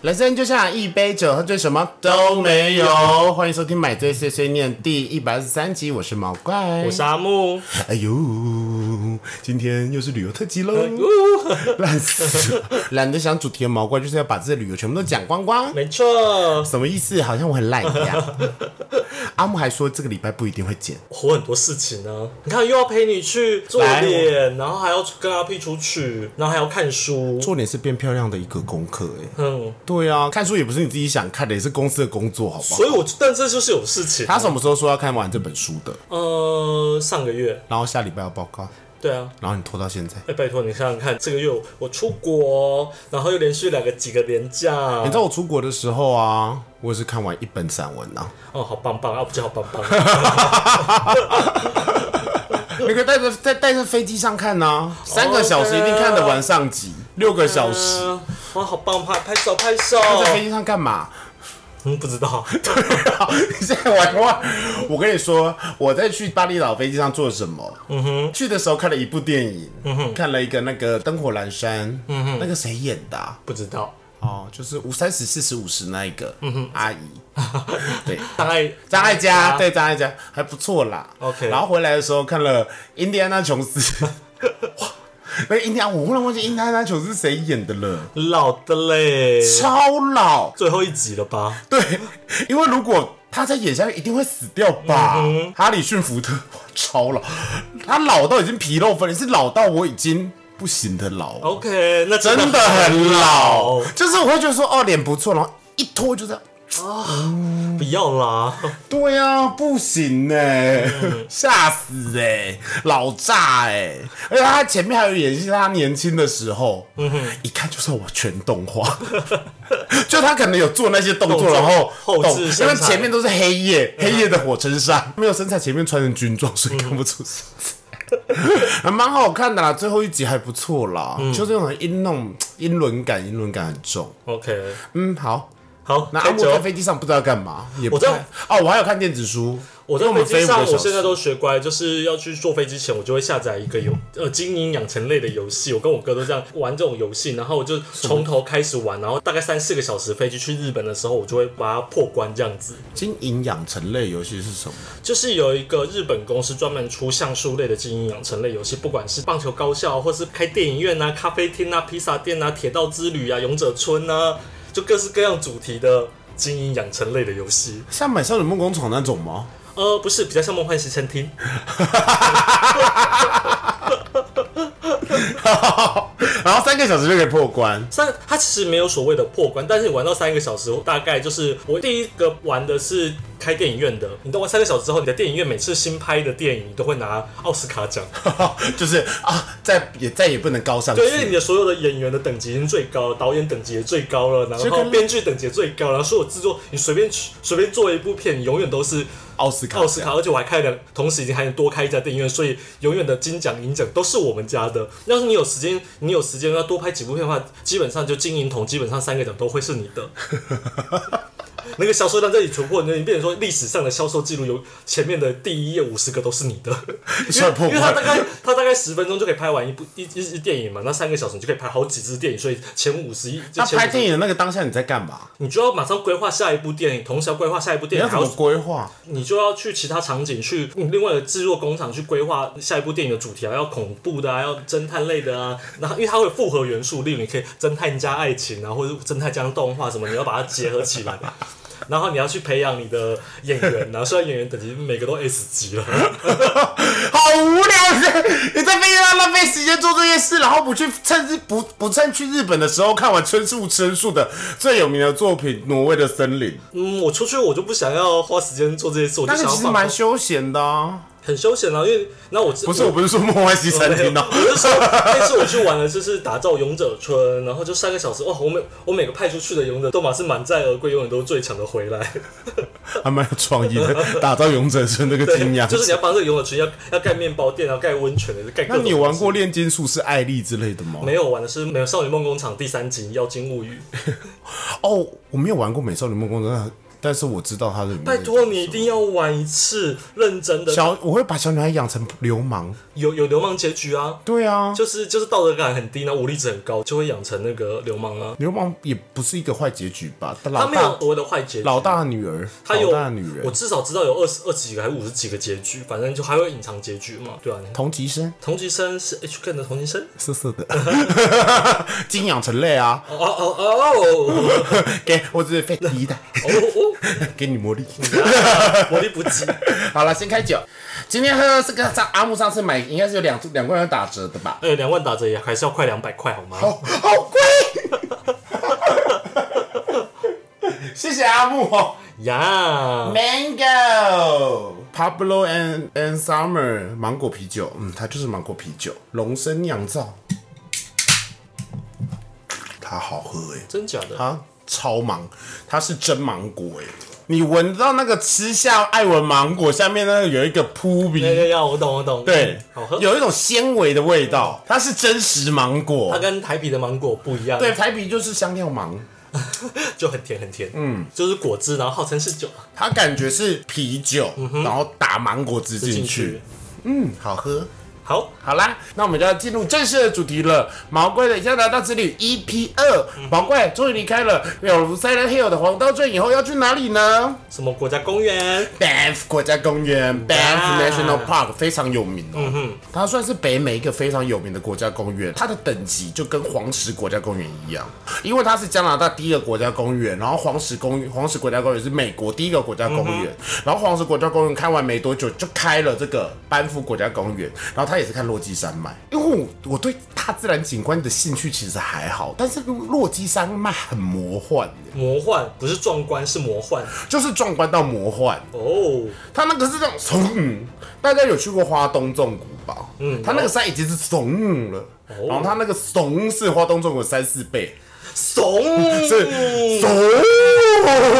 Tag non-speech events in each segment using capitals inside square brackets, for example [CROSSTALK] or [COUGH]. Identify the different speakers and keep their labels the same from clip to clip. Speaker 1: 人生就像一杯酒，喝醉什么都没有。欢迎收听《买醉碎碎念》第一百二十三集，我是毛怪，
Speaker 2: 我是阿哎木，
Speaker 1: 哎呦，今天又是旅游特辑喽，烂死了，懒得想主题的毛怪就是要把自己的旅游全部都讲光光，
Speaker 2: 没错，
Speaker 1: 什么意思？好像我很烂一
Speaker 2: [LAUGHS]
Speaker 1: 样。阿木还说这个礼拜不一定会剪，
Speaker 2: 我很多事情呢、你看，又要陪你去做
Speaker 1: 来
Speaker 2: 脸，然后还要跟阿 P 出去，然后还要看书。
Speaker 1: 做脸是变漂亮的一个功课哎、
Speaker 2: 嗯，
Speaker 1: 对啊，看书也不是你自己想看的，也是公司的工作，好不好
Speaker 2: 所？以我但这就是有事情。
Speaker 1: 他什么时候说要看完这本书的？
Speaker 2: 呃，上个月，
Speaker 1: 然后下礼拜要报告，
Speaker 2: 对啊，
Speaker 1: 然后你拖到现在。
Speaker 2: 哎、拜托你想想看，这个月我我出国，然后又连续两个几个连假，
Speaker 1: 你知道我出国的时候啊，我也是看完一本散文啊。
Speaker 2: 哦，好棒棒，啊，不就好棒
Speaker 1: [LAUGHS]
Speaker 2: 棒，
Speaker 1: 你可以带着在带着飞机上看呐、三个小时一定看得完上集，六个小时
Speaker 2: 嗯哇，好棒棒，拍手拍手，
Speaker 1: 那在飞机上干嘛？ [LAUGHS]
Speaker 2: 嗯，不知道， [LAUGHS]
Speaker 1: 你现在玩话，我跟你说，我在去巴厘岛飞机上做什么？嗯哼，去的时候看了一部电影，嗯哼，看了一个那个灯火阑珊，嗯哼，那个谁演的、啊？
Speaker 2: 不知道，
Speaker 1: 哦，就是五三十、四十、五十那一个，嗯哼，阿姨， [LAUGHS] 对，
Speaker 2: 大概
Speaker 1: 张艾嘉，对张艾嘉还不错啦。
Speaker 2: OK
Speaker 1: 然后回来的时候看了《印第安纳 [LAUGHS] 琼斯》，哇，那个印第安，我忽然忘记《印第安纳琼斯》是谁演的了，
Speaker 2: 老的嘞，
Speaker 1: [LAUGHS] 超老。
Speaker 2: 最后一集了吧？
Speaker 1: 对，因为如果他再演下去，一定会死掉吧？哈里逊·福特哇超老，他老到已经皮肉分离，是老到我已经不行的老，
Speaker 2: OK，那
Speaker 1: 哦真的很老。就是我会觉得说，哦，脸不错，然后一拖就这样。
Speaker 2: 不要
Speaker 1: [LAUGHS]
Speaker 2: 啦，
Speaker 1: 对啊，不行
Speaker 2: [LAUGHS]
Speaker 1: 呢、吓、死哎、
Speaker 2: 欸
Speaker 1: 老炸哎、而且他前面还有演戏，他年轻的时候，
Speaker 2: 嗯
Speaker 1: 一看就是我全动画， [LAUGHS] 就他可能有做那些动
Speaker 2: 动
Speaker 1: 作，
Speaker 2: 作
Speaker 1: 然后
Speaker 2: 后
Speaker 1: 动
Speaker 2: 置身
Speaker 1: 因为
Speaker 2: 材嗯
Speaker 1: 前面都是黑夜，黑夜的火车上没有身材，前面穿成军装，所以看不出身材。还蛮好看的啦，最后一集还不错啦，
Speaker 2: 嗯
Speaker 1: 就这种很阴那种阴轮感，阴轮感很重。
Speaker 2: OK，
Speaker 1: 嗯，好，
Speaker 2: 好，
Speaker 1: 那
Speaker 2: 开
Speaker 1: 阿木在
Speaker 2: 酒。
Speaker 1: 飞机上不知道干嘛，也不
Speaker 2: 我在
Speaker 1: 看哦，我还有看电子书，
Speaker 2: 我
Speaker 1: 因
Speaker 2: 在
Speaker 1: 为
Speaker 2: 飞
Speaker 1: 们飞
Speaker 2: 机
Speaker 1: 五
Speaker 2: 上，
Speaker 1: 个
Speaker 2: 我
Speaker 1: 小时
Speaker 2: 现在都学乖，就是要去坐飞机前，我就会下载一个游呃经营养成类的游戏。我跟我哥都这样玩这种游戏，然后我就从头开始玩，然后大概三四个小时飞机去日本的时候，我就会把它破关这样子。
Speaker 1: 经营养成类游戏是什么？
Speaker 2: 就是有一个日本公司专门出橡树类的经营养成类游戏，不管是棒球高校，或是开电影院啊、咖啡厅啊、披萨店啊、铁道之旅啊、勇者村啊，就各式各样主题的经营养成类的游戏。
Speaker 1: 像《买少女梦工厂》那种吗？ [LAUGHS]
Speaker 2: 呃，不是，比较像梦幻西餐厅。
Speaker 1: 然后三个小时就可以破关。 [LAUGHS]
Speaker 2: 三，它其实没有所谓的破关，但是你玩到三个小时，大概就是我第一个玩的是开电影院的。你都玩三个小时之后，你的电影院每次新拍的电影，你都会拿奥斯卡奖。
Speaker 1: 就是啊，再也再也不能高上去
Speaker 2: [LAUGHS] 对，，因为你的所有的演员的等级已经最高，导演等级也最高了，
Speaker 1: 就
Speaker 2: 然后
Speaker 1: 跟
Speaker 2: 编剧等级也最高，然后所有制作，你随便去随便做一部片，你永远都是
Speaker 1: 奥斯卡
Speaker 2: 奥斯卡，而且我还开了，同时已经还能多开一家电影院，所以永远的金奖、银奖都是我们家的。要是你有时间，你有时间要多拍几部片的话，基本上就金银铜，基本上三个奖都会是你
Speaker 1: [LAUGHS]
Speaker 2: 的。那个销售量这里突破，你变成说历史上的销售记录有前面的第一页五十个都是你的，
Speaker 1: [LAUGHS]
Speaker 2: 因
Speaker 1: 算
Speaker 2: 为
Speaker 1: 破
Speaker 2: 因为他
Speaker 1: 关
Speaker 2: 大概他大概十分钟就可以拍完一部一一一电影嘛，那三个小时你就可以拍好几支电影，所以前五十一
Speaker 1: 那
Speaker 2: 就前
Speaker 1: 拍
Speaker 2: 五十
Speaker 1: 电影的那个当下你在干嘛？
Speaker 2: 你就要马上规划下一部电影，同时要规划下一部
Speaker 1: 你
Speaker 2: 电
Speaker 1: 要
Speaker 2: 影，
Speaker 1: 怎
Speaker 2: 还要
Speaker 1: 么规划？ [LAUGHS]
Speaker 2: 你就要去其他场景去你另外的制作工厂去规划下一部电影的主题啊，要恐怖的啊，要侦探类的啊，然后因为它会有复合元素，例如你可以侦探加爱情啊，或者是侦探加动画什么，你要把它结合起来。 [LAUGHS] 然后你要去培养你的演员啊，虽然演员等级每个都 S 级了，
Speaker 1: 好无聊！你在你在飞机上浪费时间做这些事，然后不去趁日不不趁去日本的时候看完春树春树的最有名的作品《挪威的森林》，
Speaker 2: 嗯，我出去我就不想要花时间做这些事，我就
Speaker 1: 那
Speaker 2: 想
Speaker 1: 个
Speaker 2: 要
Speaker 1: 其实
Speaker 2: 放
Speaker 1: 蛮
Speaker 2: 空
Speaker 1: 休闲的、啊。
Speaker 2: 很休闲啊，因为那我
Speaker 1: 不
Speaker 2: 不
Speaker 1: 是，我不是说梦幻西 [LAUGHS] 餐厅哦
Speaker 2: [LAUGHS] 我，是说，那次我去玩的就是打造勇者村，然后就三个小时，哇！我每我每个派出去的勇者都马是满载而归，永远都是最强的回来。
Speaker 1: 还蛮有创意的，打造勇者村那个金
Speaker 2: 对，
Speaker 1: 羊
Speaker 2: 就是你要帮这个勇者村要要盖面包店，然后盖温泉的，盖各
Speaker 1: [LAUGHS] 那
Speaker 2: 种。
Speaker 1: 你有玩过？炼金术士艾丽之类的吗？
Speaker 2: 没有玩的是《
Speaker 1: [LAUGHS]
Speaker 2: 美少女梦工厂》第三集《妖精物语》，
Speaker 1: 哦，我没有玩过美少女梦工厂，但是我知道他的。
Speaker 2: 拜托你一定要玩一次，认真的。
Speaker 1: 小，我会把小女孩养成流氓。
Speaker 2: 有有流氓结局啊，
Speaker 1: 对啊，
Speaker 2: 就是就是道德感很低，然后武力值很高，就会养成那个流氓啊。
Speaker 1: 流氓也不是一个坏结局吧？但
Speaker 2: 他
Speaker 1: 老
Speaker 2: 没有
Speaker 1: 大
Speaker 2: 所谓的坏结局，
Speaker 1: 老大的女儿，
Speaker 2: 他有
Speaker 1: 老大的女
Speaker 2: 我
Speaker 1: 人，
Speaker 2: 至少知道有二十二十几个还是五十几个结局，反正就还会隐藏结局嘛，对啊。
Speaker 1: 同级生，
Speaker 2: 同级生是 H K 的同级生，
Speaker 1: 色色的，
Speaker 2: [LAUGHS]
Speaker 1: 金养成类啊，
Speaker 2: 哦哦哦哦
Speaker 1: 给我只是废第一
Speaker 2: [LAUGHS]
Speaker 1: 代，
Speaker 2: 哦
Speaker 1: 给你魔力。
Speaker 2: 哦，魔力不及，
Speaker 1: [LAUGHS] 好了，先开酒。今天喝的这个上阿木上次买应该是有两两罐要打折的吧？
Speaker 2: 哎，两万打折也还是要快两百块好吗？
Speaker 1: 哦，好贵！ [LAUGHS] 谢谢阿木哦。
Speaker 2: 呀，
Speaker 1: Mango Pablo and and Summer 芒果啤酒，嗯，它就是芒果啤酒，龙生酿造，它好喝哎、
Speaker 2: 真假的？
Speaker 1: 它超芒，它是真芒果哎、你闻到那个吃下爱文芒果下面那个有一个扑鼻，
Speaker 2: 要要要，我懂我懂，
Speaker 1: 对，
Speaker 2: 好喝。
Speaker 1: 有一种纤维的味道，它是真实芒
Speaker 2: 它
Speaker 1: 果，
Speaker 2: 跟台啤的芒果不一样，
Speaker 1: 对，，台啤就是香料芒，
Speaker 2: 就很甜很甜，嗯，就是果汁，然后号称是酒，啊
Speaker 1: 它感觉是啤酒，
Speaker 2: 嗯
Speaker 1: 然后打芒果汁进去，。嗯，好喝。
Speaker 2: 好，
Speaker 1: 好啦，那我们就要进入正式的主题了。毛怪的加拿大之旅 EP ，E 二，
Speaker 2: 嗯
Speaker 1: 毛怪终于离开了有如 Silent Hill 的黄刀镇以后，要去哪里呢
Speaker 2: 什么国家公园？
Speaker 1: ？Banff 国家公园
Speaker 2: 哇
Speaker 1: ，Banff National Park 非常有名哦。它算是北美一个非常有名的国家公园，它的等级就跟黄石国家公园一样，因为它是加拿大第一个国家公园，然后黄石公黄石国家公园是美国第一个国家公园，然后黄石国家公园开完没多久就开了这个班夫国家公园，然后它也是看落基山脉，因为我我对大自然景观的兴趣其实还好，但是落基山脉很魔幻耶，
Speaker 2: 魔幻不是壮观，是魔幻
Speaker 1: 就是壮观到魔幻。
Speaker 2: 哦。
Speaker 1: 它那个是这种怂，大家有去过花东纵谷吧？嗯，它那个山已经是怂了，然后它那个怂是花东纵谷三四倍， [LAUGHS]
Speaker 2: 怂，
Speaker 1: 是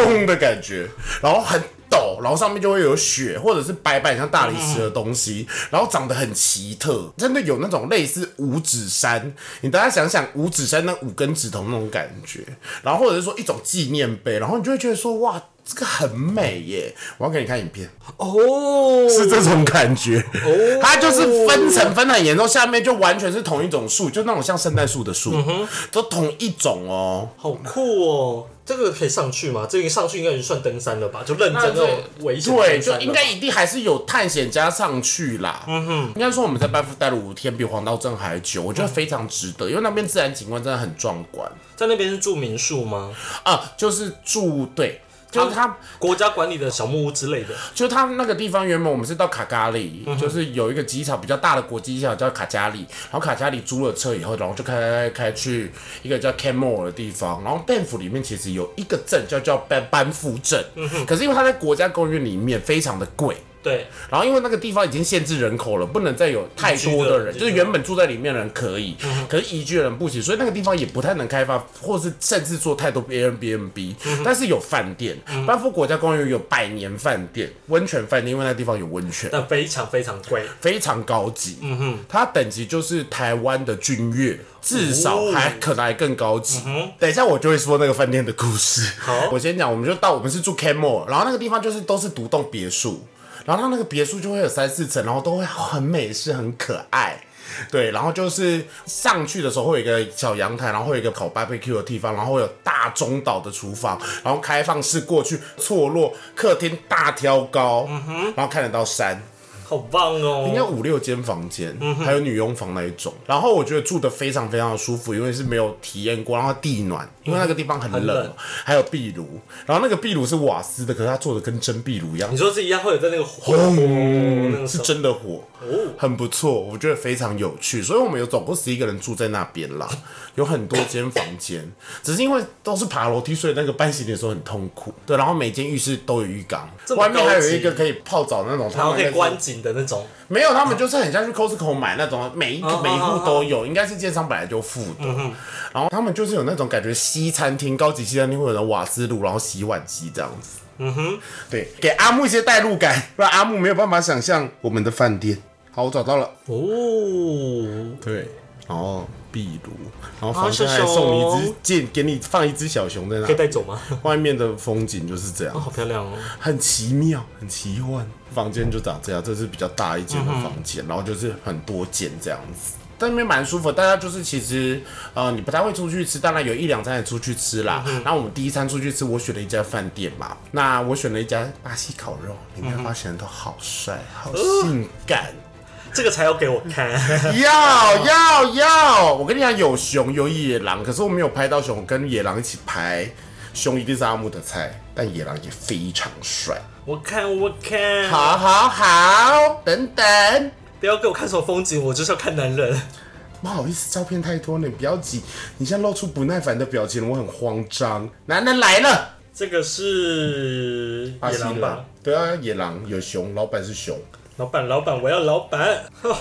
Speaker 1: 怂的感觉，然后很陡，然后上面就会有雪或者是白白像大理石的东西，然后长得很奇特，真的有那种类似五指山，你大家想想五指山那五根指头那种感觉，然后或者是说一种纪念碑，然后你就会觉得说哇。这个很美耶！我要给你看影片。
Speaker 2: 哦，
Speaker 1: 是这种感觉。它就是分层分得很严重，下面就完全是同一种树，就那种像圣诞树的树，都同一种哦。
Speaker 2: 好酷哦！这个可以上去吗？这个上去应该也算登山了吧？就认
Speaker 1: 那
Speaker 2: 真那
Speaker 1: 这
Speaker 2: 种危险
Speaker 1: 对，
Speaker 2: 登
Speaker 1: 就
Speaker 2: 山
Speaker 1: 应该一定还是有探险家上去啦。嗯哼，嗯应该说我们在班夫待了五天，比黄道镇还久，我觉得非常值得，因为那边自然景观真的很壮观
Speaker 2: 在那边是住民宿吗？
Speaker 1: 啊。就是住对，就是它
Speaker 2: 国家管理的小木屋之类的。
Speaker 1: 就它那个地方，原本我们是到卡加里，就是有一个机场比较大的国际机场叫卡加里，然后卡加里租了车以后，然后就开开开去一个叫 Canmore 的地方，然后班夫里面其实有一个镇叫叫班班夫镇，可是因为它在国家公园里面非常的贵。
Speaker 2: 对，
Speaker 1: 然后因为那个地方已经限制人口了，不能再有太多的
Speaker 2: 移居的嗯
Speaker 1: 人，就是原本住在里面的人可以，可是移居的人不行，所以那个地方也不太能开发，或是甚至做太多 Airbnb。但
Speaker 2: 嗯
Speaker 1: 是有饭店，班夫国家公园有百年饭店、温泉饭店，因为那地方有温泉，
Speaker 2: 但非常非常贵。
Speaker 1: 非常高级。嗯哼，它等级就是台湾的君悦，至少还可能还更高级。等一下我就会说那个饭店的故事。
Speaker 2: 好
Speaker 1: 我先讲，我们就到我们是住 Camel，然后那个地方就是都是独栋别墅，然后它那个别墅就会有三四层，然后都会很美式，很可爱。对，然后就是上去的时候会有一个小阳台，然后会有一个烤 barbecue 的地方，然后会有大中岛的厨房，然后开放式过去错落，客厅大挑高，然后看得到山，
Speaker 2: 好棒
Speaker 1: 应该
Speaker 2: 哦！
Speaker 1: 五六间房间，
Speaker 2: 嗯
Speaker 1: 还有女佣房那一种。然后我觉得住的非常非常的舒服，因为是没有体验过，然后地暖，因为那个地方很冷，
Speaker 2: 冷
Speaker 1: 还有壁炉。然后那个壁炉是瓦斯的，可是它做的跟真壁炉一样
Speaker 2: 你，说是一样会有在哦那个火那
Speaker 1: 轰，
Speaker 2: 个
Speaker 1: 是
Speaker 2: 时候哦
Speaker 1: 真的火，很不错，我觉得非常有趣。所以我们有总共十一个人住在那边
Speaker 2: [LAUGHS]
Speaker 1: 啦，有很多间房间，只是因为都是爬楼梯，所以那个搬行李的时候很痛苦。对，然后每间浴室都有浴缸，
Speaker 2: 这么
Speaker 1: 外面还
Speaker 2: 高
Speaker 1: 有
Speaker 2: 级
Speaker 1: 一个可以泡澡那种，他
Speaker 2: 然后
Speaker 1: 们
Speaker 2: 可以
Speaker 1: 那个
Speaker 2: 观景的那种。
Speaker 1: 没有，他们就是很像去 Costco 买那种，每一个
Speaker 2: 哦
Speaker 1: 每一户都有，应该是建商本来就付的。然后他们就是有那种感觉，西餐厅高级西餐厅会有人瓦斯炉，然后洗碗机这样子。嗯哼，对，给阿木一些代入感，不然阿木没有办法想象我们的饭店。好，我找到了。
Speaker 2: 哦，
Speaker 1: 对，哦，壁炉，然后房间
Speaker 2: 啊
Speaker 1: 还
Speaker 2: 小
Speaker 1: 送你一只
Speaker 2: 熊
Speaker 1: 建，给你放一只小熊在那
Speaker 2: 可以，带走吗？ [LAUGHS]
Speaker 1: 外面的风景就是这样，
Speaker 2: 好漂亮哦！
Speaker 1: 很奇妙，很奇幻。房间就长这样，这是比较大一间的房间，然后就是很多间这样子。但那边蛮舒服的，大家就是其实，呃，你不太会出去吃，当然有一两餐也出去吃啦。然后我们第一餐出去吃，我选了一家饭店嘛，那我选了一家巴西烤肉，里面发现人都好帅，好性感，
Speaker 2: 这个才要给我看， [LAUGHS]
Speaker 1: 要要要！我跟你讲，有熊有野狼，可是我没有拍到熊，我跟野狼一起拍，熊一定是阿木的菜，但野狼也非常帅。
Speaker 2: 我看我看，
Speaker 1: 好好好，等等，
Speaker 2: 不要给我看什么风景，我就是要看男人。
Speaker 1: 不好意思，照片太多了，你不要急，你现在露出不耐烦的表情，我很慌张。男人来了，
Speaker 2: 这个是野狼吧？？
Speaker 1: 对啊，野狼有熊，老板是熊。
Speaker 2: 老板，老板，我要老板。 [LAUGHS]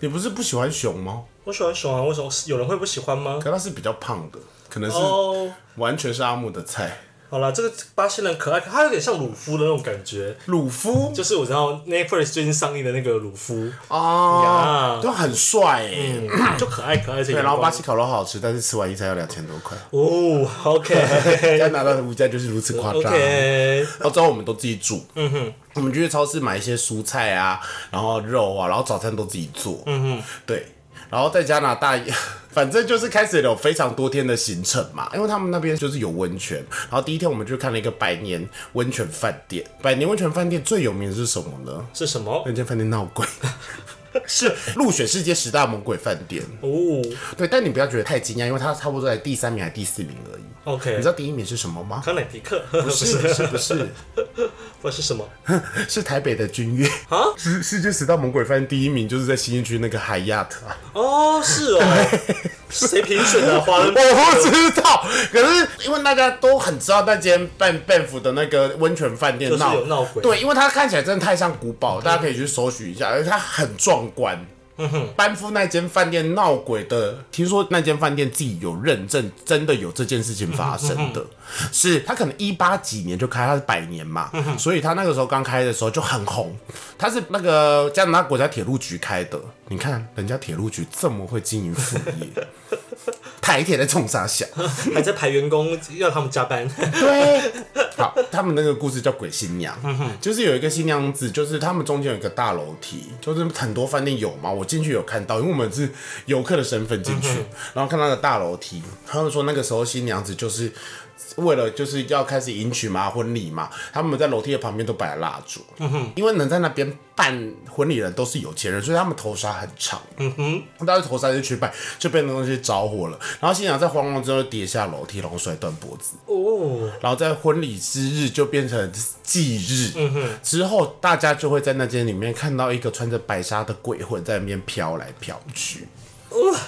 Speaker 1: 你不是不喜欢熊吗？
Speaker 2: 我喜欢熊啊，为什么有人会不喜欢吗？
Speaker 1: 可他是比较胖的，可能是
Speaker 2: 哦，
Speaker 1: 完全是阿木的菜。
Speaker 2: 好啦，这个巴西人可爱，他有点像鲁夫的那种感觉，
Speaker 1: 鲁夫
Speaker 2: 就是我知道 Netflix 最近上映的那个鲁夫，
Speaker 1: 啊，
Speaker 2: 呀
Speaker 1: 都很帅哎、
Speaker 2: 嗯就可爱可爱这
Speaker 1: 对，然后巴
Speaker 2: 光
Speaker 1: 西烤肉好吃，但是吃完一餐要两千多块，
Speaker 2: 哦，OK
Speaker 1: [LAUGHS] 要拿到的物价就是如此夸张。
Speaker 2: OK，
Speaker 1: 然后之后我们都自己煮，嗯哼，我们就去超市买一些蔬菜啊，然后肉啊，然后早餐都自己做，嗯哼，对。然后在加拿大，反正就是开始有非常多天的行程嘛，因为他们那边就是有温泉。然后第一天我们就看了一个百年温泉饭店，百年温泉饭店最有名的是什么呢？
Speaker 2: 是什么？
Speaker 1: 那间饭店闹鬼， [LAUGHS]
Speaker 2: 是
Speaker 1: 入选世界十大猛鬼饭店。
Speaker 2: 哦
Speaker 1: 对，但你不要觉得太惊讶，因为它差不多在第三名还是第四名而已。你
Speaker 2: ，OK，
Speaker 1: 知道第一名是什么吗？ [LAUGHS]
Speaker 2: 康乃迪克不
Speaker 1: 不是不是不是，
Speaker 2: [LAUGHS]
Speaker 1: [LAUGHS]
Speaker 2: 不是什么
Speaker 1: 是台北的君悦
Speaker 2: 啊
Speaker 1: 世世界十大猛鬼饭第一名就是在新一区那个海亚特啊，
Speaker 2: 哦，是哦，谁评选的？华人
Speaker 1: [LAUGHS] 我不知道，可是因为大家都很知道那间半半府的那个温泉饭店
Speaker 2: 就是
Speaker 1: 闹
Speaker 2: 有闹鬼嗯
Speaker 1: 对，因为它看起来真的太像古堡，大家可以去搜寻一下，而且它很壮观。班夫那间饭店闹鬼的，听说那间饭店自己有认证，真的有这件事情发生
Speaker 2: 嗯
Speaker 1: 的，是他可能一八几年就开，他是百年嘛，
Speaker 2: 嗯
Speaker 1: 所以他那个时候刚开的时候就很红，他是那个加拿大国家铁路局开的，你看人家铁路局这么会经营副
Speaker 2: [LAUGHS]
Speaker 1: 业，台铁在冲啥小？
Speaker 2: 还在排员工，要他们加班。
Speaker 1: 对，好，他们那个故事叫《鬼新娘》，就是有一个新娘子，就是他们中间有一个大楼梯，就是很多饭店有嘛，我进去有看到，因为我们是游客的身份进去，然后看到那个大楼梯，他们说那个时候新娘子就是。为了就是要开始迎娶嘛，婚礼嘛，他们在楼梯的旁边都摆了蜡烛，因为能在那边办婚礼的人都是有钱人，所以他们头纱很长，大家头纱就去拜，就被那东西着火了，然后新娘在慌乱之后跌下楼梯，然后摔断脖子，
Speaker 2: 哦，
Speaker 1: 然后在婚礼之日就变成忌日，之后大家就会在那间里面看到一个穿着白纱的鬼魂在那边飘来飘去，
Speaker 2: 哦，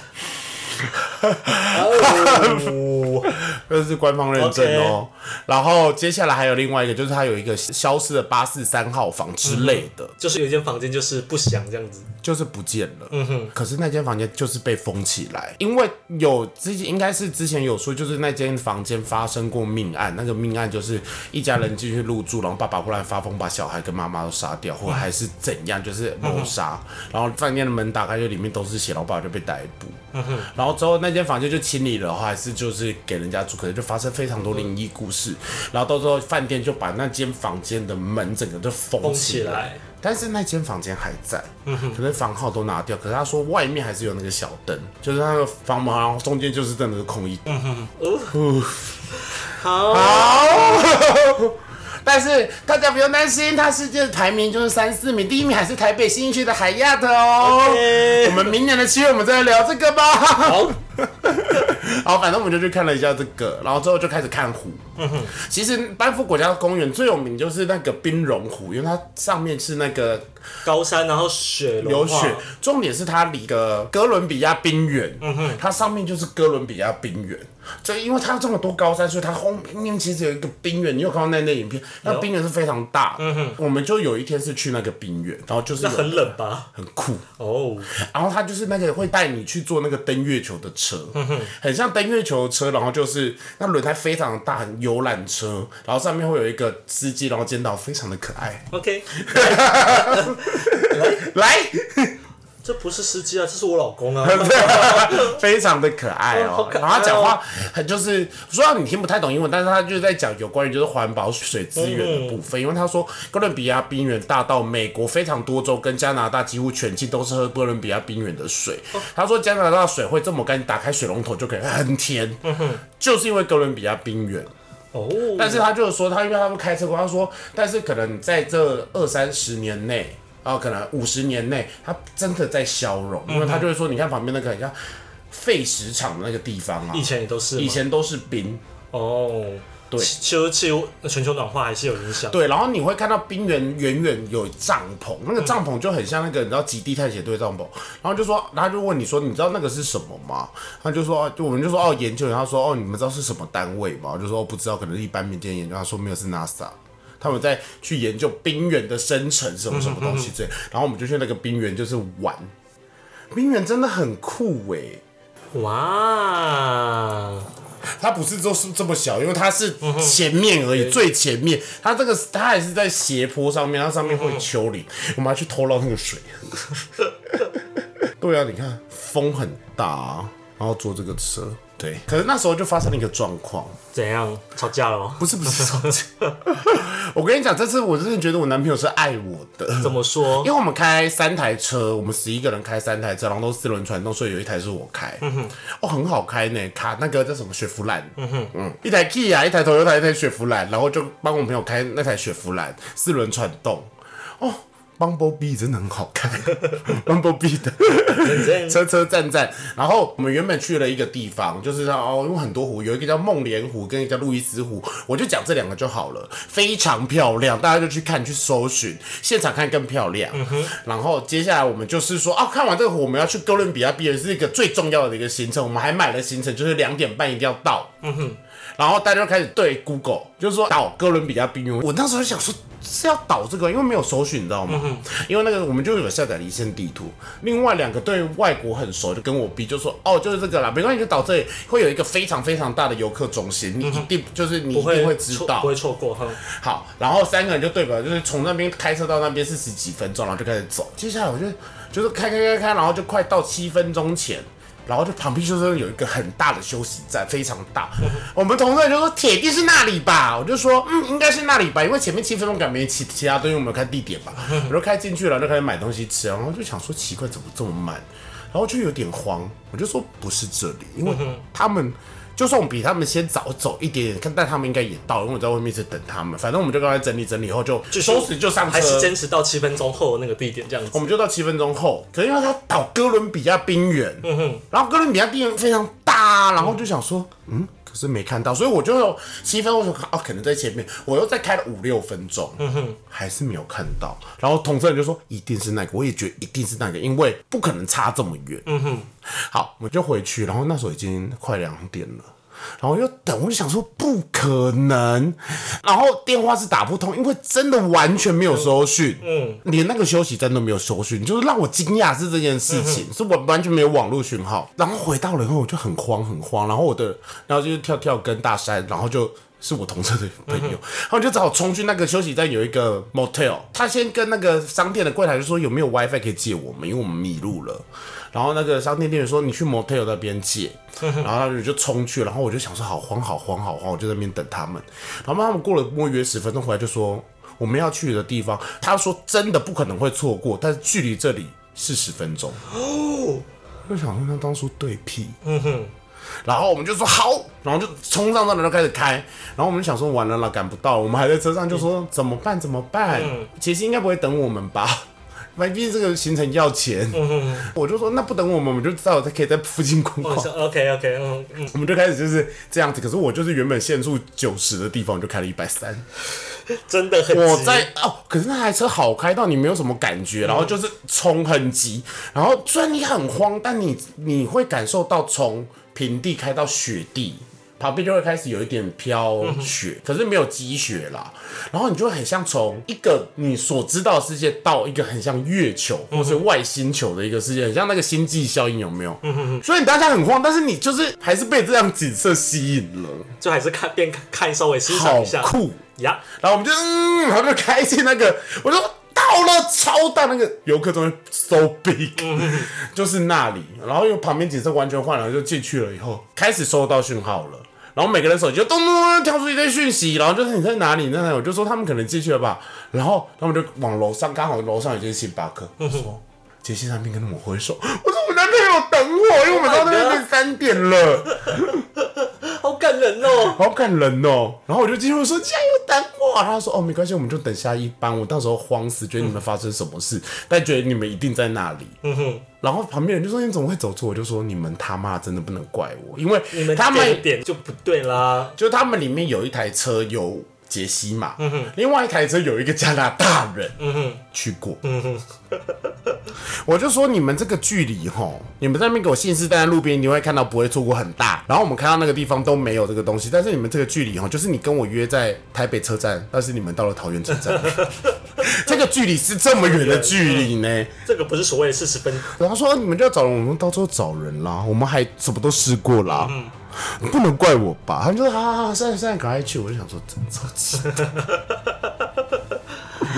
Speaker 1: 这是官方认证哦。然后接下来还有另外一个，就是它有一个消失的八四三号房之类的，
Speaker 2: [LAUGHS] 就是有一间房间就是不响这样子。
Speaker 1: 就是不见了。嗯哼，可是那间房间就是被封起来，因为有之前应该是之前有说，就是那间房间发生过命案，那个命案就是一家人进去入住，然后爸爸忽然发疯，把小孩跟妈妈都杀掉，或者还是怎样，就是谋杀。然后饭店的门打开，就里面都是血，然后爸爸就被逮捕。嗯哼，然后之后那间房间就清理了，还是就是给人家住，可能就发生非常多灵异故事。然后到最后饭店就把那间房间的门整个就封
Speaker 2: 封
Speaker 1: 起
Speaker 2: 起
Speaker 1: 来。
Speaker 2: 来，
Speaker 1: 但是那间房间还在，可能房号都拿掉，可是他说外面还是有那个小灯，就是那个房门，然后中间就是真的是空一。
Speaker 2: 好，
Speaker 1: 好，但是大家不用担心，他世界的排名就是三四名，第一名还是台北新一区的海亚特哦。
Speaker 2: OK
Speaker 1: 我们明年的七月我们再来聊这个吧。
Speaker 2: 好，
Speaker 1: 好，反正我们就去看了一下这个，然后之后就开始看湖。嗯哼，其实班夫国家公园最有名就是那个冰溶湖，因为它上面是那个
Speaker 2: 高山，然后雪融
Speaker 1: 有
Speaker 2: 化
Speaker 1: 雪，重点是它离个哥伦比亚冰原，
Speaker 2: 嗯
Speaker 1: 它上面就是哥伦比亚冰原，就因为它这么多高山，所以它后面其实有一个冰原，你有看到那那影片，那冰原是非常大，我们就有一天是去那个冰原，然后就是
Speaker 2: 嗯那
Speaker 1: 有
Speaker 2: 很冷吧？
Speaker 1: 很酷，
Speaker 2: 哦，
Speaker 1: 然后它就是那个会带你去坐那个登月球的车，
Speaker 2: 嗯
Speaker 1: 很像登月球的车，然后就是那轮胎非常大，很游览车，然后上面会有一个司机，然
Speaker 2: [LAUGHS]
Speaker 1: 后监导非常的可爱，
Speaker 2: OK，
Speaker 1: 来。
Speaker 2: 这不是司机啊，这是我老
Speaker 1: [LAUGHS]
Speaker 2: 公 [LAUGHS] 啊。
Speaker 1: 非常的可爱
Speaker 2: 哦
Speaker 1: 哦
Speaker 2: [LAUGHS] 好。可爱哦
Speaker 1: 然后他讲话很就是，虽然你听不太懂英文，但是他就是在讲有关于就是环保水资源的部分。因为他说哥伦比亚冰原大道，美国非常多州跟加拿大几乎全境都是喝哥伦比亚冰原的水。
Speaker 2: 嗯
Speaker 1: 他说加拿大水会这么干，你打开水龙头就可以很甜，
Speaker 2: 嗯
Speaker 1: 就是因为哥伦比亚冰原。
Speaker 2: 哦，
Speaker 1: 但是他就是说，他因为他们开车过，他说，但是可能在这二三十年内，啊、可能五十年内，它真的在消融，因为他就会说，你看旁边那个很像废石场的那个地方啊
Speaker 2: 以，前也都是嘛，
Speaker 1: 以前都是冰，
Speaker 2: 哦，
Speaker 1: 对
Speaker 2: 其其实气候呃全球暖化还是有影响。
Speaker 1: 对，然后你会看到冰原远远有帐篷，那个帐篷就很像那个你知道极地探险队帐篷，然后就说，然后就问你说，你知道那个是什么吗？他就说，就我们就说哦，研究员，他说哦，你们知道是什么单位吗？我就说、哦不知道，可能是一般民间研究，他说没有，是 NASA。他们在去研究冰原的生成什么什么东西之类，然后我们就去那个冰原就是玩，冰原真的很酷欸诶、
Speaker 2: 哇，
Speaker 1: 它不是就是这么小，因为它是前面而已，最前面。它这个它还是在斜坡上面，它上面会丘陵，我们还去偷捞那个水。 [LAUGHS] 对啊，你看风很大、啊，然后坐这个车。对，可是那时候就发生了一个状况，
Speaker 2: 怎样？吵架了
Speaker 1: [LAUGHS]
Speaker 2: 吗？
Speaker 1: 不是不是吵架，我跟你讲，这次我真的觉得我男朋友是爱我的，
Speaker 2: 怎么说
Speaker 1: 因？为我们开三台车，我们十一个人开三台车，然后都是四轮传动，所以有一台是我开。哦，很好开呢，卡那个叫什么雪佛兰。嗯哼，嗯，一台 Kia，一台 Toyota，一台雪佛兰，然后就帮我朋友开那台雪佛兰四轮传动。哦。Bumblebee 真的很好 [LAUGHS] 开，Bumblebee 的
Speaker 2: 真
Speaker 1: 车车站站。然后我们原本去了一个地方，就是它哦，因为很多湖，有一个叫梦莲湖，跟一个叫路易斯湖，我就讲这两个就好了，非常漂亮，大家就去看去搜寻，现场看更漂亮。然后接下来我们就是说，哦，看完这个湖，我们要去哥伦比亚毕业是一个最重要的一个行程，我们还买了行程，就是两点半一定要到。然后大家就开始对 Google，就是说导哥伦比亚冰原。我那时候就想说是要导这个，因为没有搜寻，你知道
Speaker 2: 嗯
Speaker 1: 吗？因为那个我们就有下载离线地图。另外两个对外国很熟，就跟我比，就说哦，就是这个啦，没关系，就导这里会有一个非常非常大的游客中心，你一定就是你一
Speaker 2: 嗯不
Speaker 1: 定会知
Speaker 2: 错，
Speaker 1: 道
Speaker 2: 不。会错过哈。
Speaker 1: 好，然后三个人就对表，就是从那边开车到那边是十几分钟，然后就开始走。接下来我就就是开开开开，然后就快到七分钟前，然后就旁边就是有一个很大的休息站，非常大。我们同事就说铁定是那里吧，我就说嗯，应该是那里吧，因为前面七分钟感觉没其其他东西，我们有看地点嘛，我就开进去了，就开始买东西吃，然后就想说奇怪怎么这么慢，然后就有点慌，我就说不是这里，因为他们。就算我比他们先早走一点点，看但他们应该也到了，因为我在外面一直等他们。反正我们就刚才整理整理后就
Speaker 2: 就是
Speaker 1: 收拾就上车，哦
Speaker 2: 还是坚持到七分钟后的那个地点这样
Speaker 1: 我
Speaker 2: 子。
Speaker 1: 们就到七分钟后。可是因为他到哥伦比亚冰原，然后哥伦比亚冰原非常大，然后就想说，嗯，可是没看到，所以我就有七分钟我想哦，可能在前面，我又再开了五六分钟，还是没有看到。然后同事就说一定是那个，我也觉得一定是那个，因为不可能差这么远，好，我就回去，然后那时候已经快两点了。然后又等，我就想说不可能，然后电话是打不通，因为真的完全没有收讯，嗯，连那个休息站都没有收讯，就是让我惊讶是这件事情，是我完全没有网络讯号。然后回到了以后，我就很慌很慌，然后我的，然后就是跳跳跟大山，然后就。是我同事的朋友，然后就只好冲去那个休息站有一个 motel，他先跟那个商店的柜台就说有没有 WiFi 可以借我们，因为我们迷路了。然后那个商店店员说你去 motel 那边借， [LAUGHS] 然后他们就冲去，然后我就想说好慌好慌好慌，我就在那边等他们。然后他们过了莫约十分钟回来就说我们要去的地方，他说真的不可能会错过，但是距离这里是十分钟。我就想说他当初对屁，嗯哼，然后我们就说好，然后就冲上车然后开始开，然后我们就想说完了啦，赶不到，我们还在车上就说怎么办怎么办？杰西应该不会等我们吧？ [LAUGHS] 毕竟这个行程要钱，我就说那不等我们，我们就知道可以在附近逛
Speaker 2: 我
Speaker 1: 逛。
Speaker 2: 说 OK OK，嗯嗯，
Speaker 1: 我们就开始就是这样子，可是我就是原本限速九十的地方，我就开了一百三。
Speaker 2: 真的很急
Speaker 1: 我在哦，可是那台车好开到你没有什么感觉，
Speaker 2: 嗯
Speaker 1: 然后就是冲很急，然后虽然你很慌，但你你会感受到从平地开到雪地。旁边就会开始有一点飘雪，
Speaker 2: 嗯
Speaker 1: 可是没有积雪啦。然后你就会很像从一个你所知道的世界到一个很像月球或是外星球的一个世界，很像那个星际效应，有没有？
Speaker 2: 嗯
Speaker 1: 所以你当下很慌，但是你就是还是被这样景色吸引了，
Speaker 2: 就还是看边看看稍微欣赏
Speaker 1: 好
Speaker 2: 一下
Speaker 1: 酷。
Speaker 2: 呀。
Speaker 1: 然后我们就嗯，然后就开进那个，我说到到了，超大那个游客中心 so big，、就是那里，然后因为旁边景色完全换了，就进去了以后开始收到讯号了。然后每个人手机就咚咚咚跳出一堆讯息，然后就是你在哪里，你在哪里，我就说他们可能进去了吧，然后他们就往楼上，刚好楼上有间星巴克，我说杰西在那边跟我们挥手，我说我男朋友等我，因为我们到那边变三点了。
Speaker 2: 好感人哦。
Speaker 1: 好感人哦。然后我就进去我说加油等我，然后他说哦没关系，我们就等下一班。我到时候慌死，觉得你们发生什么事，但觉得你们一定在那里。嗯哼。然后旁边人就说你怎么会走错？我就说你们他妈真的不能怪我，因为
Speaker 2: 你们
Speaker 1: 他们
Speaker 2: 点点就不对啦，
Speaker 1: 就他们里面有一台车有杰西嘛，另外一台车有一个加拿大人，去过， [LAUGHS] 我就说你们这个距离吼，你们在那边给我信誓旦旦路边，你会看到不会错过很大，然后我们看到那个地方都没有这个东西，但是你们这个距离吼，就是你跟我约在台北车站，但是你们到了桃园车站，这个距离是这么远的距离呢。
Speaker 2: 这个不是所谓的四
Speaker 1: [LAUGHS]
Speaker 2: 十分，
Speaker 1: 然后说你们就要找人，我们到最后找人啦，我们还什么都试过啦，不能怪我吧？他们就说啊好好好，现在现在赶快去，我就想说真着急，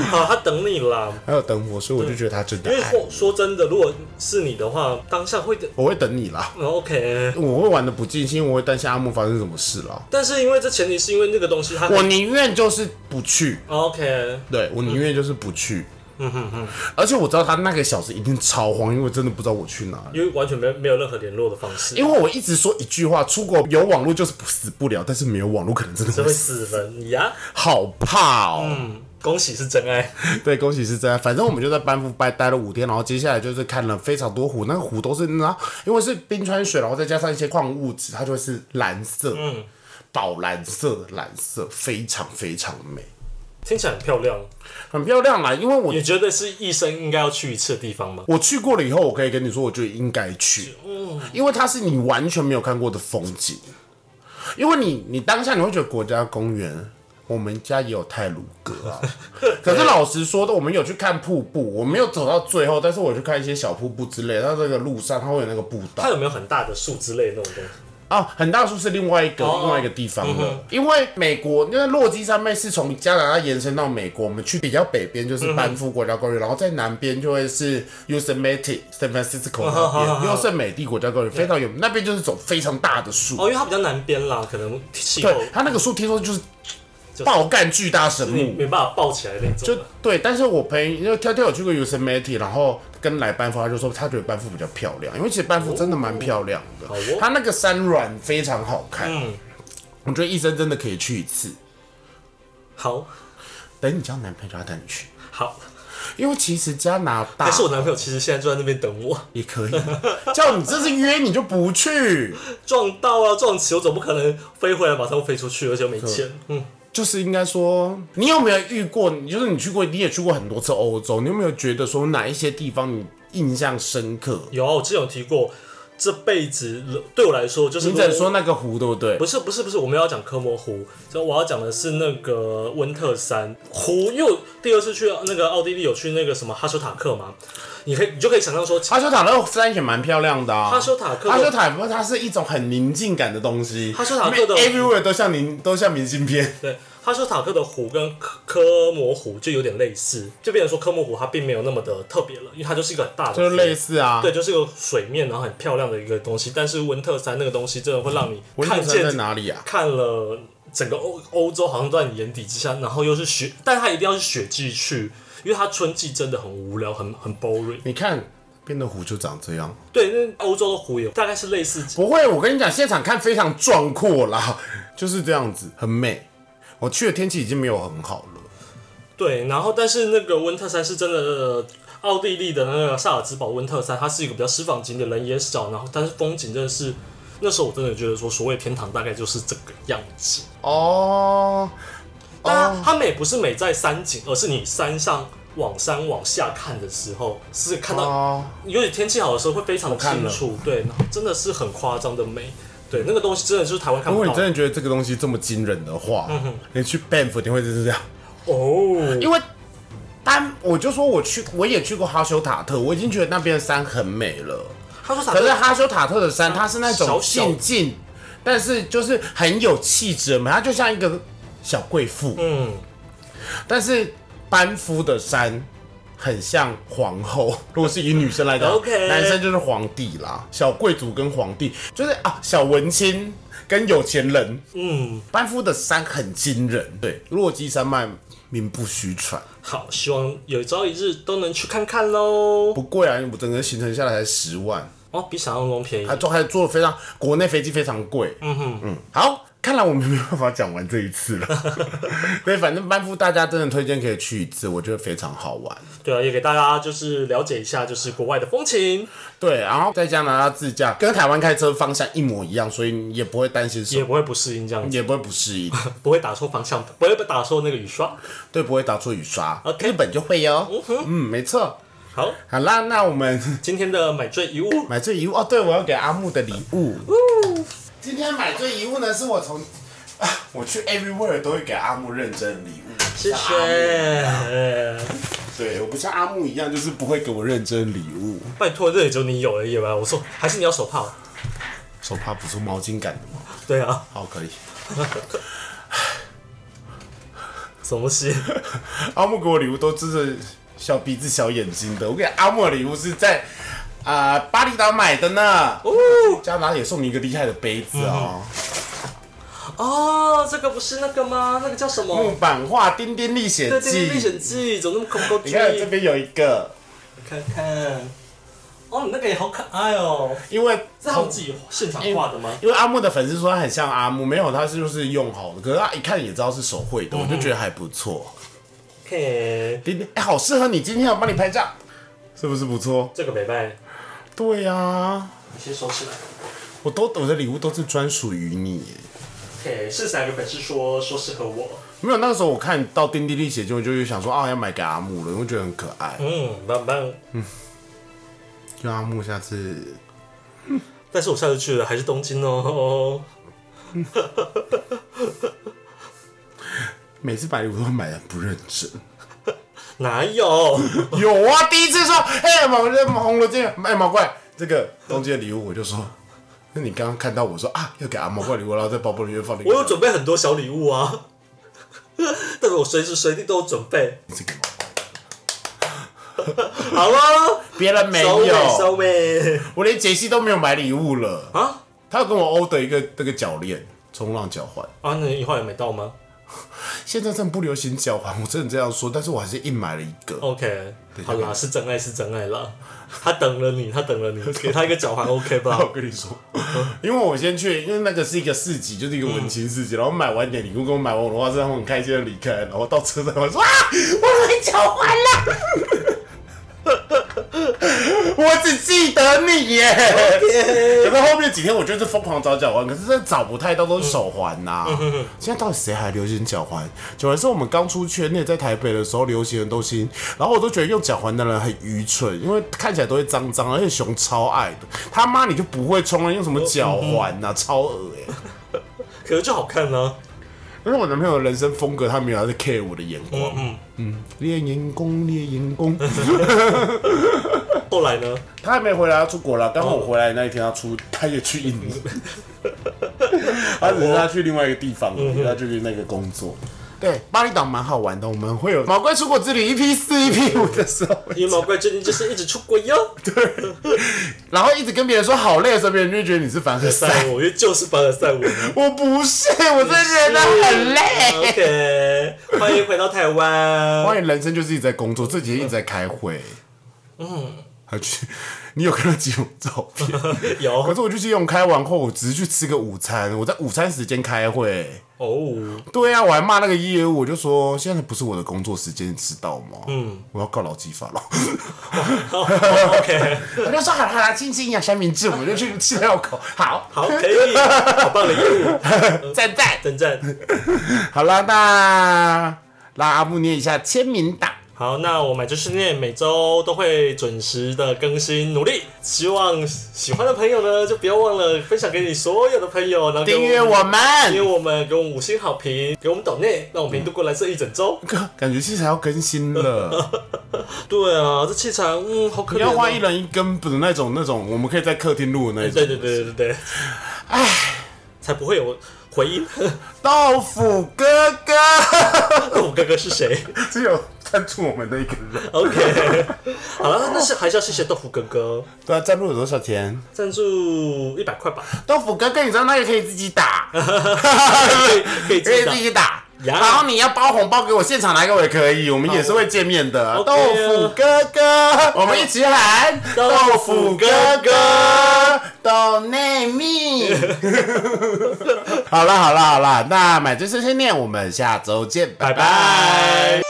Speaker 2: 好，他等你啦。
Speaker 1: 还有等我，所以我就觉得他真的
Speaker 2: 因为
Speaker 1: 爱
Speaker 2: 说
Speaker 1: 我，
Speaker 2: 说真的，如果是你的话，当下会的、
Speaker 1: 我会等你啦，
Speaker 2: 嗯、OK。
Speaker 1: 我会玩的不尽兴，我会担心阿木发生什么事啦，
Speaker 2: 但是因为这前提是因为那个东西它哦
Speaker 1: 我宁愿就是不去，
Speaker 2: OK，
Speaker 1: 对我宁愿就是不去。
Speaker 2: 嗯
Speaker 1: 而且我知道他那个小时一定超慌，因为我真的不知道我去哪里。
Speaker 2: 因为完全没有没有任何联络的方式，
Speaker 1: 因为我一直说一句话，出国有网络就是不死不了，但是没有网络可能真的
Speaker 2: 只
Speaker 1: 会
Speaker 2: 会
Speaker 1: 死，
Speaker 2: 死人呀。
Speaker 1: 好怕哦。
Speaker 2: 嗯，恭喜是真爱。
Speaker 1: [LAUGHS] 对，恭喜是真爱。反正我们就在班夫拜待了五天，然后接下来就是看了非常多湖，那个湖都是那，因为是冰川水，然后再加上一些矿物质，它就会是蓝色，嗯，宝蓝色的蓝色，非常非常美，
Speaker 2: 听起来很漂亮，
Speaker 1: 很漂亮啦。因为我
Speaker 2: 你觉得是一生应该要去一次的地方吗？
Speaker 1: 我去过了以后，我可以跟你说，我觉得应该去，因为它是你完全没有看过的风景。因为你，你当下你会觉得国家公园，我们家也有泰鲁阁啊。可是老实说的，我们有去看瀑布，我没有走到最后，但是我去看一些小瀑布之类。它这个路上，它会有那个步道
Speaker 2: 它有没有很大的树之类的那种东西？
Speaker 1: 啊，很大树是另外一个、
Speaker 2: 哦
Speaker 1: 另外一个地方的。因为美国，因为落基山脉是从加拿大延伸到美国，我们去比较北边
Speaker 2: 嗯
Speaker 1: 就是班夫国家公园，然后在南边就会是 Yosemite San Francisco
Speaker 2: 好好
Speaker 1: 那
Speaker 2: 好
Speaker 1: 边，优胜美地国家公园非常有名，那边就是种非常大的树。
Speaker 2: 哦，因为它比较南边啦，可能气
Speaker 1: 对
Speaker 2: 候，
Speaker 1: 它那个树听说就是
Speaker 2: 就是
Speaker 1: 爆干巨大神
Speaker 2: 你
Speaker 1: 木，
Speaker 2: 没办法抱起来那
Speaker 1: 就
Speaker 2: 种啊。
Speaker 1: 对，但是我陪因为跳跳有去过 Yosemite，然后跟来班夫，他就说他觉得班夫比较漂亮，因为其实班夫真的蛮漂亮的，
Speaker 2: 好哦
Speaker 1: 它那个山软非常好看，
Speaker 2: 嗯，
Speaker 1: 我觉得一生真的可以去一次。
Speaker 2: 好
Speaker 1: 等你交男朋友，他带你去，
Speaker 2: 好。
Speaker 1: 因为其实加拿大
Speaker 2: 但是我男朋友其实现在就在那边等我， [LAUGHS]
Speaker 1: 也可以， [LAUGHS] 叫你这次约你就不去，
Speaker 2: 撞到啊，撞球总不可能飞回来马上飞出去，而且又没钱。嗯，
Speaker 1: 就是应该说，你有没有遇过？你就是你去过，你也去过很多次欧洲，你有没有觉得说哪一些地方你印象深刻？
Speaker 2: 有啊，我之前有提过，这辈子呃对我来说就是
Speaker 1: 你只能说那个湖对不对？
Speaker 2: 不是不是不是，我们要讲科摩湖，所以我要讲的是那个温特山湖。因为我第二次去那个奥地利有去那个什么哈修塔克嘛，你可以你就可以想象说，
Speaker 1: 哈修塔克山也蛮漂亮的啊。
Speaker 2: 哈修塔克
Speaker 1: 哈修塔克它是一种很宁静感的东西。
Speaker 2: 哈修塔克的
Speaker 1: everywhere 都像明都像明信片。
Speaker 2: 对，哈修塔克的湖跟科科摩湖就有点类似，就变成说科摩湖它并没有那么的特别了，因为它就是一个很大的湖，
Speaker 1: 就是类似啊
Speaker 2: 对，就是一个水面然后很漂亮的一个东西。但是温特山那个东西真的会让你
Speaker 1: 文
Speaker 2: 看
Speaker 1: 嗯特山在
Speaker 2: 见
Speaker 1: 哪里啊？
Speaker 2: 看了整个欧欧洲好像都在你眼底之下，然后又是雪，但它一定要是雪季去，因为它春季真的很无聊，很很 boring。
Speaker 1: 你看边的湖就长这样。
Speaker 2: 对，那欧洲的湖也大概是类似，
Speaker 1: 不会，我跟你讲，现场看非常壮阔啦， [LAUGHS] 就是这样子，很美。我去的天气已经没有很好了。
Speaker 2: 对，然后但是那个温特山是真的。呃奥地利的那个萨尔兹堡温特山，它是一个比较私房景点，人也少，然后但是风景真的是，那时候我真的觉得说，所谓天堂大概就是这个样子。
Speaker 1: 哦，
Speaker 2: 但它美不是美在山景，而是你山上往山往下看的时候，是看到
Speaker 1: 哦，
Speaker 2: 尤其天气好的时候会非常
Speaker 1: 看
Speaker 2: 清
Speaker 1: 了
Speaker 2: 楚，对，然后真的是很夸张的美，对，那个东西真的就是台湾看
Speaker 1: 如果
Speaker 2: 不
Speaker 1: 你
Speaker 2: 到
Speaker 1: 真的觉得这个东西这么惊人的话，
Speaker 2: 嗯
Speaker 1: 你去 Banff 你会就是这样，
Speaker 2: 哦。
Speaker 1: 因为。但我就说我去，我也去过哈修塔特，我已经觉得那边的山很美了。
Speaker 2: 他说啥
Speaker 1: 可？是哈修塔特的山，它是那种
Speaker 2: 小小
Speaker 1: 静静，但是就是很有气质的美，它就像一个小贵妇。
Speaker 2: 嗯，
Speaker 1: 但是班夫的山很像皇后。 [LAUGHS] 如果是以女生来讲
Speaker 2: OK
Speaker 1: 男生就是皇帝啦，小贵族跟皇帝就是啊，小文青跟有钱人。
Speaker 2: 嗯，
Speaker 1: 班夫的山很惊人，对，落基山脉名不虚传。
Speaker 2: 好，希望有朝一日都能去看看喽。
Speaker 1: 不贵啊，我整个行程下来才十万，
Speaker 2: 哦，比想象中便宜
Speaker 1: 还。做还做的非常，国内飞机非常贵。嗯哼嗯，好，看来我们没办法讲完这一次了。 [LAUGHS] 对，反正班夫大家真的推荐可以去一次，我觉得非常好玩。
Speaker 2: 对啊，也给大家就是了解一下，就是国外的风情，
Speaker 1: 对，然后在加拿大自驾跟台湾开车方向一模一样，所以你也不会担心什
Speaker 2: 也
Speaker 1: 么，
Speaker 2: 不会不适应这样子，
Speaker 1: 也不会不适应，
Speaker 2: 不会打错方向盘，不会打错那个雨刷。
Speaker 1: 对，不会打错雨刷。
Speaker 2: OK
Speaker 1: 日本就会哟。嗯，没错。
Speaker 2: 好，
Speaker 1: 好啦，那我们 [LAUGHS]
Speaker 2: 今天的买醉遗物，
Speaker 1: 买这遗物哦，对我要给阿木的礼物。今天买这遗物呢，是我从 [LAUGHS] 啊，我去 everywhere 都会给阿木认真的礼物。
Speaker 2: 谢
Speaker 1: 像阿木啊
Speaker 2: 谢。
Speaker 1: 对，我不像阿木一样，就是不会给我认真的礼物。
Speaker 2: 拜托，这里只有你有而已吧？我说，还是你要手帕？
Speaker 1: 手帕不是毛巾感的吗？
Speaker 2: 对啊，
Speaker 1: 好，可以。
Speaker 2: 什么东西？
Speaker 1: 阿木给我礼物都真是小鼻子小眼睛的，我给阿木的礼物是在啊、巴厘岛买的呢。哦，加拿大也送你一个厉害的杯子哦，
Speaker 2: 哦，这个不是那个吗？那个叫什
Speaker 1: 木
Speaker 2: 么？
Speaker 1: 板画《丁嗯丁历险
Speaker 2: 对，《
Speaker 1: 记
Speaker 2: 丁丁历》。险嗯记》怎么那么恐怖？
Speaker 1: 你看这边有一个，
Speaker 2: 看看。哦，你那个也好可爱哦，
Speaker 1: 因为
Speaker 2: 这是他们自己现场画的吗？
Speaker 1: 因为阿木的粉丝说他很像阿木，没有，他是就是用好的，可是他一看也知道是手绘的，我就觉得还不错。
Speaker 2: 可以，
Speaker 1: 丁丁，哎、好适合你，今天我帮你拍照，是不是不错？
Speaker 2: 这个没卖，
Speaker 1: 对呀、
Speaker 2: 你先收起来。
Speaker 1: 我都我的礼物都是专属于你耶。
Speaker 2: OK，是哪个粉丝说说适合我？
Speaker 1: 没有，那个时候我看到《丁丁历险记》，我就想说啊，要买给阿木了，因为觉得很可爱。
Speaker 2: 嗯，棒棒。
Speaker 1: 就阿木下次
Speaker 2: 但是我下次去了还是东京哦。 [LAUGHS]
Speaker 1: 每次买礼物都买的不认真。
Speaker 2: 哪有？ [LAUGHS]
Speaker 1: 有啊，第一次说，哎、毛这红罗这哎毛怪这个东京的礼物，我就说，那你刚刚看到我说啊，要给阿毛怪礼物，然后在包包里面放了一个，
Speaker 2: 我有准备很多小礼物啊， [LAUGHS] 但是我随时随地都有准备。
Speaker 1: 这个
Speaker 2: 好喽，
Speaker 1: 别人没
Speaker 2: 收尾收
Speaker 1: 有，
Speaker 2: 尾
Speaker 1: 我连杰西都没有买礼物了，
Speaker 2: 啊
Speaker 1: 他有跟我 order 一个这个脚链，冲浪脚环，
Speaker 2: 啊！那你后来买到吗
Speaker 1: 现在真的不流行脚环，我真的这样说，但是我还是硬买了一个。
Speaker 2: 哦？OK，好啦，是真爱是真爱啦。他等了你，他等了你，给他一个脚环 OK 吧
Speaker 1: 我跟你说，因为我先去，因为那个是一个市集，就是一个文青市集，然后买完点礼物给我买完我的话，是让我很开心的离开，然后到车站我说啊，我的脚环了，我只记得你耶。可是后面几天我就是疯狂找脚环，可是真的找不太到，都是手环呐、现在到底谁还流行脚环？脚环是我们刚出圈内在台北的时候流行的东西，然后我都觉得用脚环的人很愚蠢，因为看起来都会脏脏，而且熊超爱的，他妈你就不会冲啊了，用什么脚环呐、超恶哎、欸！
Speaker 2: 可是就好看呢、
Speaker 1: 但是我男朋友的人生风格，他没有在 care 我的眼光，嗯猎眼光，猎眼光，
Speaker 2: 后来呢？
Speaker 1: 他还没回来，他出国了。刚好我回来那一天，他出，他也去印尼，他只是他去另外一个地方，他就去那个工作。对，巴厘岛蛮好玩的，我们会有毛怪出国之旅一 P 四、一 P 五的时候， [LAUGHS]
Speaker 2: 因为毛怪最近就是一直出国哟。
Speaker 1: 然后一直跟别人说好累的时候，别人就会觉得你是凡尔赛。
Speaker 2: 赛我，因为就是凡尔赛文。
Speaker 1: 我不是，我真的觉得很 [LAUGHS] 累。
Speaker 2: OK，欢迎回到台湾。
Speaker 1: 关于人生就是一直在工作，这几天一直在开会。嗯，还去，你有看到几种照片？可
Speaker 2: 有
Speaker 1: 是我就是用开完后，我只是去吃个午餐，我在午餐时间开会。
Speaker 2: [LAUGHS] 哦，
Speaker 1: 对呀、啊，我还骂那个业务，我就说现在不是我的工作时间，你知道吗？嗯，我要告劳基法了。 [LAUGHS]
Speaker 2: OK，
Speaker 1: 我就说好了好了，静静养三明治，我们就去吃料口。好，
Speaker 2: 好，可以，好棒的业务，
Speaker 1: [LAUGHS] 赞赞。
Speaker 2: 等赞。
Speaker 1: 好了，那让阿木念一下签名档。
Speaker 2: 好，那我买就是念每周都会准时的更新，努力。希望喜欢的朋友呢，就不要忘了分享给你所有的朋友，然后给
Speaker 1: 订阅我，们，
Speaker 2: 订阅我们，给我们五星好评，给我们抖内，让我们度过来这一整周。
Speaker 1: 哥感觉器材要更新 [LAUGHS] 了，
Speaker 2: 对啊，这器材，嗯，好可
Speaker 1: 你
Speaker 2: 怜、
Speaker 1: 要
Speaker 2: 哦。
Speaker 1: 换一人一根的那种那种，我们可以在客厅录的那
Speaker 2: 对
Speaker 1: 种
Speaker 2: 对对对对，唉，才不会有回音。
Speaker 1: 豆腐哥哥。
Speaker 2: 那我哥哥是谁
Speaker 1: [LAUGHS] 只有赞助我们的一个人。
Speaker 2: ？OK，好了，那是还是要谢谢豆腐哥哥
Speaker 1: 对啊，赞助有多少钱？
Speaker 2: 赞助一百块吧。
Speaker 1: 豆腐哥哥，你知道那个可以自己
Speaker 2: [LAUGHS]
Speaker 1: 打，
Speaker 2: 可以可以自
Speaker 1: 可以
Speaker 2: 己打
Speaker 1: 自己打。
Speaker 2: 呀
Speaker 1: 然后你要包红包给我，现场拿给我也可以，我们也是会见面的。
Speaker 2: OK
Speaker 1: 豆
Speaker 2: 啊
Speaker 1: 腐哥哥，我们一起喊
Speaker 2: 豆腐哥哥，
Speaker 1: 豆内
Speaker 2: [LAUGHS]
Speaker 1: 密。好啦好啦好啦，那买醉碎碎念，我们下周见，拜
Speaker 2: 拜拜
Speaker 1: 拜。